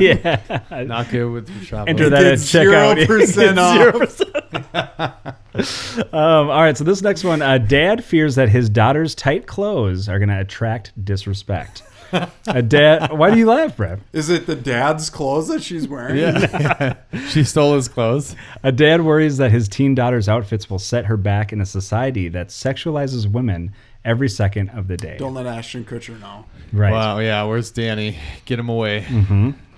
B: *laughs*
C: *laughs*
B: yeah.
D: Not good with
B: *laughs*
D: your shop.
B: Enter that at
C: Get
B: checkout.
C: 0% off.
B: 0% um, all right, so this next one, uh, dad fears that his daughter's tight clothes are going to attract disrespect. A dad, *laughs* why do you laugh, Brad?
C: Is it the dad's clothes that she's wearing?
D: Yeah. she stole his clothes.
B: A dad worries that his teen daughter's outfits will set her back in a society that sexualizes women every second of the day.
C: Don't let Ashton Kutcher know.
B: right. Mm. mm-hmm.
D: Wow. Yeah. Where's Danny? Get him away.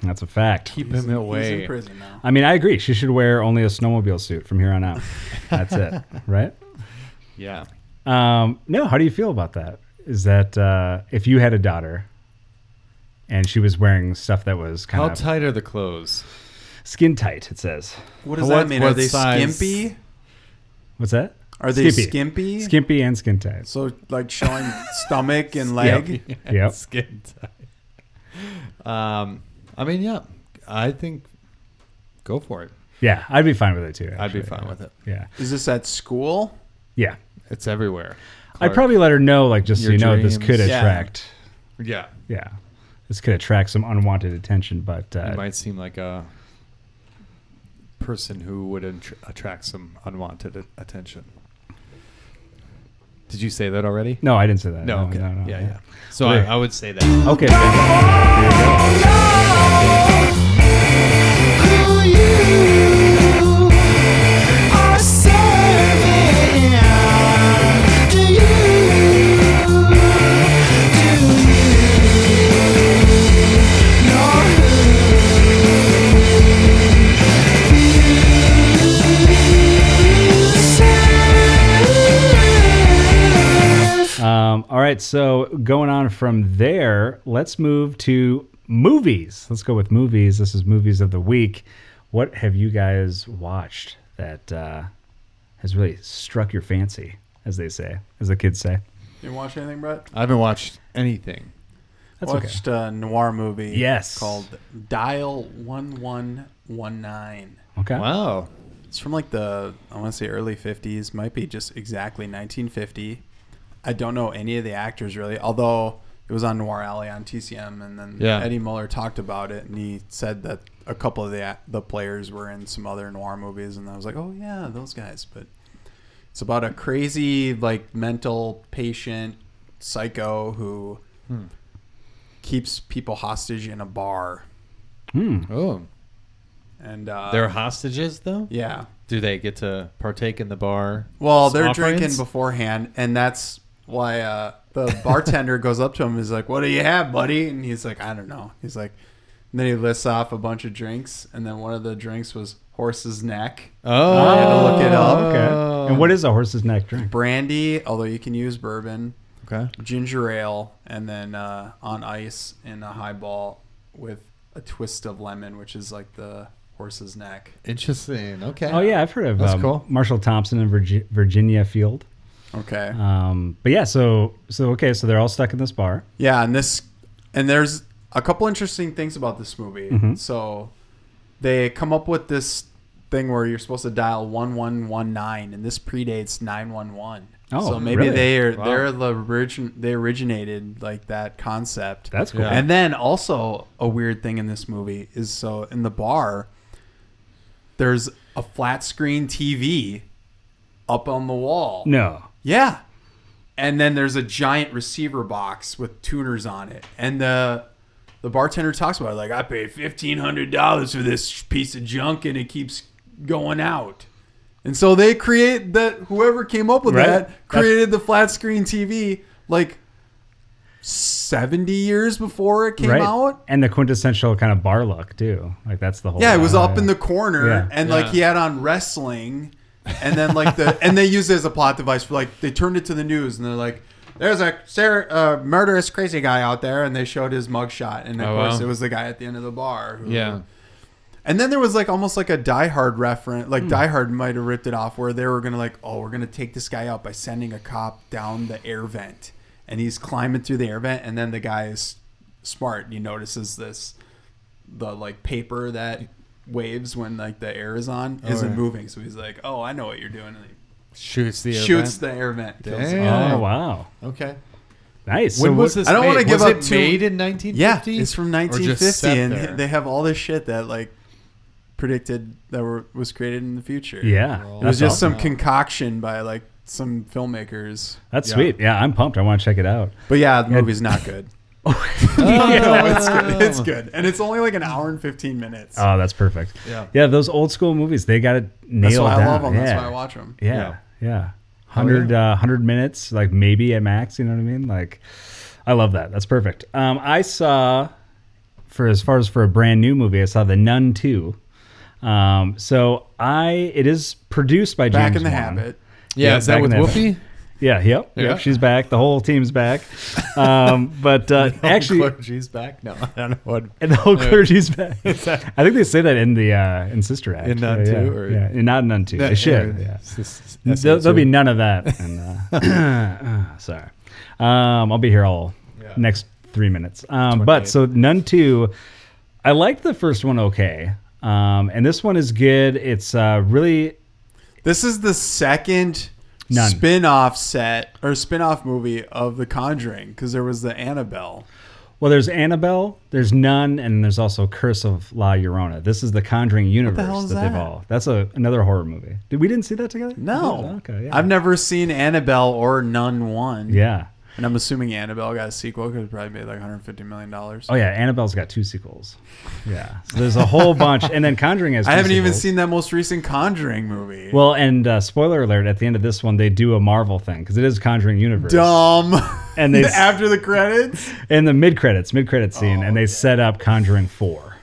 B: That's a fact.
D: Keep
C: He's
D: him
C: in-
D: away.
C: He's in prison now.
B: I mean, I agree. She should wear only a snowmobile suit from here on out. That's it. Right?
D: Yeah.
B: Um, no, how do you feel about that? Is that uh, if you had a daughter and she was wearing stuff that was kind
D: How
B: of
D: tight are the clothes? *laughs*
B: skin tight, it says.
C: What does
D: What-
C: that mean? Are
D: what
C: they
D: size?
C: skimpy?
B: What's that?
C: Are they
B: Skimpy.
C: skimpy?
B: Skimpy and skin tight.
C: So like *laughs* showing stomach and leg.
D: *laughs*
B: Yep.
D: Skin tight. Um, I mean, yeah. I think go for it.
B: Yeah, I'd be fine with it too.
D: I'd be
B: actually.
D: fine with it.
B: Yeah.
C: Is this at school?
B: Yeah.
D: It's everywhere.
B: I'd
D: Clark.
B: probably let her know, like, just so
D: Your
B: you know, this could
D: dreams.
C: Yeah.
B: attract,
D: Yeah.
B: yeah. this could attract some unwanted attention. But
D: It
B: uh,
D: might seem like a person who would int- attract some unwanted a- attention. Did you say that already?
B: no, I didn't say that.
D: No. okay.
B: no, no,
D: yeah,
B: no.
D: yeah. So I,
B: Wait.
D: I would say that.
B: Okay. good. Um, all right. So going on from there, let's move to movies. Let's go with movies. This is movies of the week. What have you guys watched that uh, has really struck your fancy, as they say, as the kids say?
C: You watch anything, Brett?
D: I haven't watched anything.
B: That's okay.
C: Watched a noir movie.
B: Yes.
C: Called Dial One One One Nine.
B: Okay.
D: Wow.
C: It's from like the I want to say early fifties. Might be just exactly nineteen fifty. I don't know any of the actors really, although it was on Noir Alley on TCM, and then
D: Yeah.
C: Eddie Muller talked about it, and he said that a couple of the a- the players were in some other noir movies, and I was like, oh yeah, those guys. But it's about a crazy like mental patient psycho who
D: Hmm.
C: keeps people hostage in a bar,
D: Oh,
C: and uh,
D: they're hostages though.
C: yeah,
D: Do they get to partake in the bar?
C: Well, they're
D: offerings?
C: drinking beforehand, and that's why uh, the bartender goes up to him and is like, What do you have, buddy? And he's like, I don't know. He's like, and then he lists off a bunch of drinks, and then one of the drinks was horse's neck,
D: Oh,
C: I had to look it up.
B: Okay. And what is a horse's neck drink?
C: brandy, although you can use bourbon,
D: Okay.
C: ginger ale, and then uh, on ice in a highball with a twist of lemon, which is like the horse's neck.
D: Interesting. Okay.
B: Oh yeah, I've heard of
D: That's
B: um,
D: cool.
B: Marshall Thompson and Virgi- Virginia Field.
C: Okay.
B: Um, but yeah, so so okay, so they're all stuck in this bar.
C: Yeah, and this and there's
B: Mm-hmm.
C: a couple interesting things about this movie. So they come up with this thing where you're supposed to dial one one one nine, and this predates nine one one.
B: Oh,
C: so maybe
B: really?
C: they are
D: Wow.
C: they're the origin they originated like that concept.
B: That's cool.
D: Yeah.
C: And then also a weird thing in this movie is so in the bar, there's a flat screen TV up on the wall.
B: No.
C: Yeah. And then there's a giant receiver box with tuners on it. And the the bartender talks about it like I paid fifteen hundred dollars for this piece of junk and it keeps going out. And so they create that whoever came up with
B: Right.
C: that created the flat screen TV like seventy years before it came
B: right.
C: out.
B: And the quintessential kind of bar look too. Like that's the whole.
C: Yeah, it was
B: uh,
C: up in the corner,
B: Yeah.
C: and like
D: Yeah.
C: he had on wrestling, and then like the and they used it as a plot device for like they turned it to the news, and they're like, "There's a ser- uh, murderous crazy guy out there," and they showed his mugshot, and of
D: Oh,
C: course
D: wow.
C: it was the guy at the end of the bar. who-
D: Yeah.
C: and then there was like almost like a Die Hard reference,
D: Hmm.
C: like Die Hard might have ripped it off, where they were gonna like, "Oh, we're gonna take this guy out by sending a cop down the air vent," and he's climbing through the air vent, and then the guy is smart, and he notices this the like paper that waves when like the air is on isn't
D: right.
C: moving. So he's like, "Oh, I know what you're doing." And he
D: Shoots the
C: shoots
D: event.
C: the air vent. kills
D: Damn.
C: him.
B: Oh wow,
D: Okay.
B: nice.
D: when
B: so
D: was
B: what-
D: this?
C: I don't
D: made?
C: wanna give
D: was
C: up
D: it
C: too-
D: made in 1950.
C: Yeah, it's from
D: Or just
C: 1950,
D: set
C: and
D: there?
C: they have all this shit that like predicted that were, was created in the future.
B: Yeah,
C: It was
B: that's
C: just
B: awesome.
C: some concoction by like some filmmakers.
B: That's
D: Yeah.
B: sweet. Yeah, I'm pumped. I want to check it out.
C: But yeah, the movie's not good. *laughs* No, *laughs* it's good. It's good. And it's only like an hour and 15 minutes.
B: *laughs* Oh, that's perfect.
D: Yeah.
B: yeah. Those old school movies, they got it nailed
C: That's why I
B: down.
C: love them.
B: Yeah.
C: That's why I watch them.
B: Yeah, yeah. 100, Uh, 100 minutes, like maybe at max, you know what I mean? Like, I love that. That's perfect. Um, I saw, for as far as for a brand new movie, I saw The Nun 2. Um, so I, it is produced by
C: Back
B: James
C: in the
B: Wan.
C: habit.
D: Yeah, Oh,
B: Yeah,
D: is
B: back
D: that with
B: in the-
D: *laughs* Whoopi?
B: Yeah, yep, yep.
D: Yeah.
B: She's back. The whole team's back. Um, but uh, actually,
D: she's back. No, *laughs* I don't know what.
B: and *laughs* the whole clergy's back. I think they say that in the uh, in Sister Act.
D: In Nun
B: yeah,
D: Two, or-
B: yeah, in- not in Nun Two. They should. Yeah.
D: That's
B: There'll,
D: it,
B: there'll be
D: too.
B: none of that. And,
C: *coughs*
B: uh, *coughs* sorry, um, I'll be here all
D: Yeah.
B: next three minutes. Um, but
D: 28.
B: so none two, I liked the first one okay, um, and this one is good. It's uh, really
C: This is the second
B: None.
C: spin off set or spin off movie of The Conjuring because there was the Annabelle.
B: well. There's Annabelle, there's none, and there's also Curse of La Llorona. This is the Conjuring universe
C: hell is
B: that, they've
C: that?
B: all. That's a, another horror movie. Did we didn't see that together? Oh,
C: No.
B: Okay. Yeah.
C: I've never seen Annabelle or None 1.
B: yeah.
C: And I'm assuming Annabelle got a sequel because it probably made like $150 million.
B: Oh yeah, Annabelle's got two sequels. Yeah, so there's a
C: *laughs*
B: whole bunch, and then Conjuring has.
C: I
B: two
C: haven't even
B: sequels.
C: seen that most recent Conjuring movie.
B: Well, and uh, spoiler alert: at the end of this one, they do a Marvel thing because it is Conjuring Universe.
C: Dumb.
B: And they-
C: *laughs* after the credits,
B: In the mid credits, mid credit scene, and they set up Conjuring Four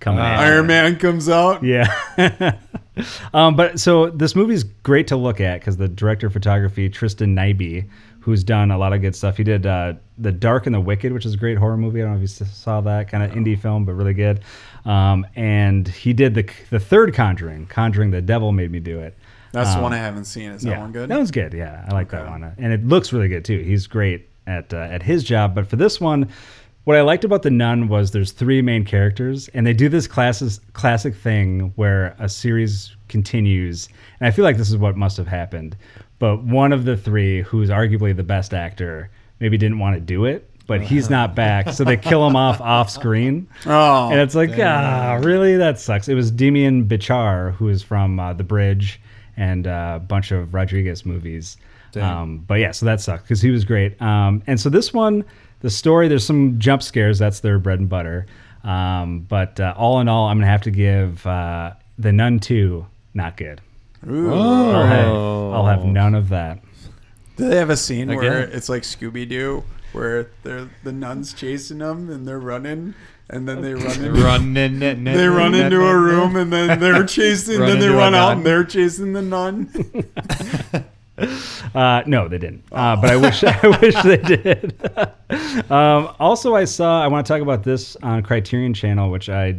B: coming.
D: Uh,
B: in.
C: Iron Man comes out.
B: Yeah. *laughs* um, but so this movie's great to look at because the director of photography, Tristan Nyby, who's done a lot of good stuff. He did uh, The Dark and the Wicked, which is a great horror movie. I don't know if you s- saw that kind of indie film, but really good. Um, and he did the the third Conjuring, Conjuring the Devil Made Me Do It.
C: That's the
D: Uh,
B: Um,
C: one I haven't seen. Is that one good?
B: That one's good. Yeah, I like that one, and it looks really good too. He's great at uh, at his job, but for this one, what I liked about the nun was there's three main characters, and they do this classes classic thing where a series continues, and I feel like this is what must have happened. But one of the three, who's arguably the best actor, maybe didn't want to do it. But he's
C: Uh-huh.
B: not back, so they kill him
C: *laughs*
B: off off screen.
C: Oh,
B: And it's like, ah, really? That sucks. It was Demian Bichar, who is from uh, The Bridge and uh, a bunch of Rodriguez movies. Um, but yeah, so that sucked because he was great. Um, and so this one, the story, there's some jump scares. That's their bread and butter. Um, but uh, all in all, I'm going to have to give uh, The Nun 2 not good.
D: Oh.
B: I'll have, I'll have none of that.
C: do they have a scene where
D: Again.
C: it's like Scooby Doo, where they're the nuns chasing them and they're running, and then they run into
D: Run in,
C: *laughs*
D: in,
C: they run into a room, and then
D: *laughs*
C: they're chasing,
D: Run
C: then they
D: into a
C: run out,
D: nun.
C: and they're chasing the nun.
B: Uh, no, they didn't. Uh, but I wish *laughs* I wish they did. *laughs* um, also, I saw. I want to talk about this on Criterion Channel, which I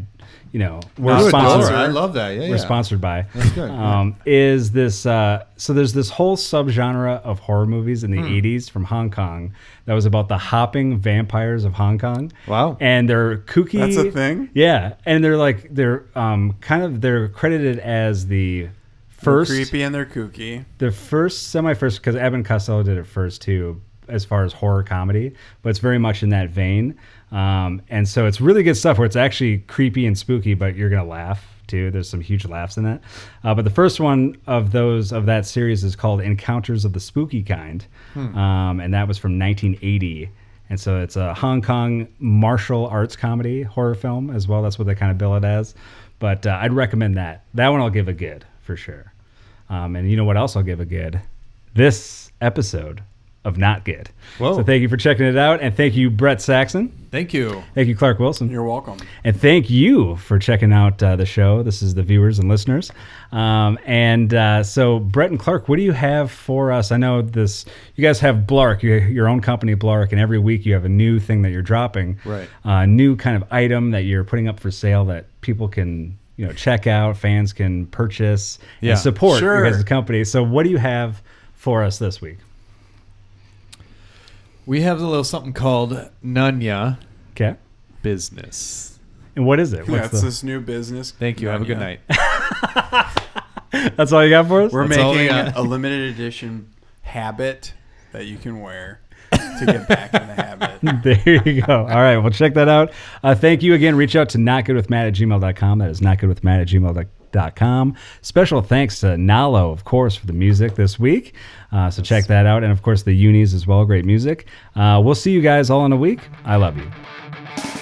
B: you know, we're
D: Good,
B: sponsored.
D: Dora, I love that. Yeah,
B: We're
D: yeah.
B: sponsored by.
D: That's good,
B: *laughs*
D: yeah.
B: Um, Is this uh, so? There's this whole subgenre of horror movies in the
D: Hmm.
B: '80s from Hong Kong that was about the hopping vampires of Hong Kong.
D: Wow.
B: And they're kooky.
C: That's a thing?
B: Yeah, and they're like they're um, kind of they're credited as the
C: They're
B: first
C: creepy and they're kooky.
B: the first semi first because Evan Costello did it first too, as far as horror comedy, but it's very much in that vein. Um, and so it's really good stuff where it's actually creepy and spooky, but you're gonna laugh too. There's some huge laughs in it. Uh, but the first one of those of that series is called Encounters of the Spooky Kind, um, and that was from 1980. And so it's a Hong Kong martial arts comedy horror film as well. That's what they kind of bill it as. But uh, I'd recommend that. That one I'll give a good for sure. Um, and you know what else I'll give a good? This episode of Not Good.
D: Whoa.
B: So thank you for checking it out. And thank you, Brett Saxon.
D: Thank you.
B: Thank you, Clark Wilson.
C: You're welcome.
B: And thank you for checking out uh, the show. This is the viewers and listeners. Um, and uh, so, Brett and Clark, what do you have for us? I know this. You guys have Blark, your, your own company, Blark, and every week you have a new thing that you're dropping.
D: Right.
B: Uh, new kind of item that you're putting up for sale that people can you know check out, fans can purchase
D: Yeah.
B: and support
C: Sure.
B: your guys' company. So, what do you have for us this week?
D: We have a little something called Nunya
B: Okay.
D: Business.
B: And what is it?
C: That's
B: the-
C: this new business.
D: Thank you. Have a
C: Yeah.
D: good night.
B: *laughs* that's all you got for us?
C: We're
D: That's all we
C: making
D: got.
C: a limited edition habit that you can wear to get back in the habit.
B: *laughs* there you go. All right. Well, check that out. Uh, thank you again. Reach out to notgoodwithmatt at gmail.com. That is notgoodwithmatt at gmail.com. Special thanks to Nalo, of course, for the music this week. Uh, so check that out. And of course, the unis as well. Great music. Uh, we'll see you guys all in a week. I love you.